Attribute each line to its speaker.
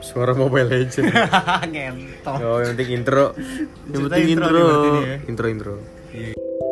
Speaker 1: Suara Mobile Legend.
Speaker 2: ngentot
Speaker 1: Oh, yang penting intro. Yang
Speaker 2: Cerita
Speaker 1: penting
Speaker 2: intro
Speaker 1: intro.
Speaker 2: nih berarti nih ya.
Speaker 1: Intro intro.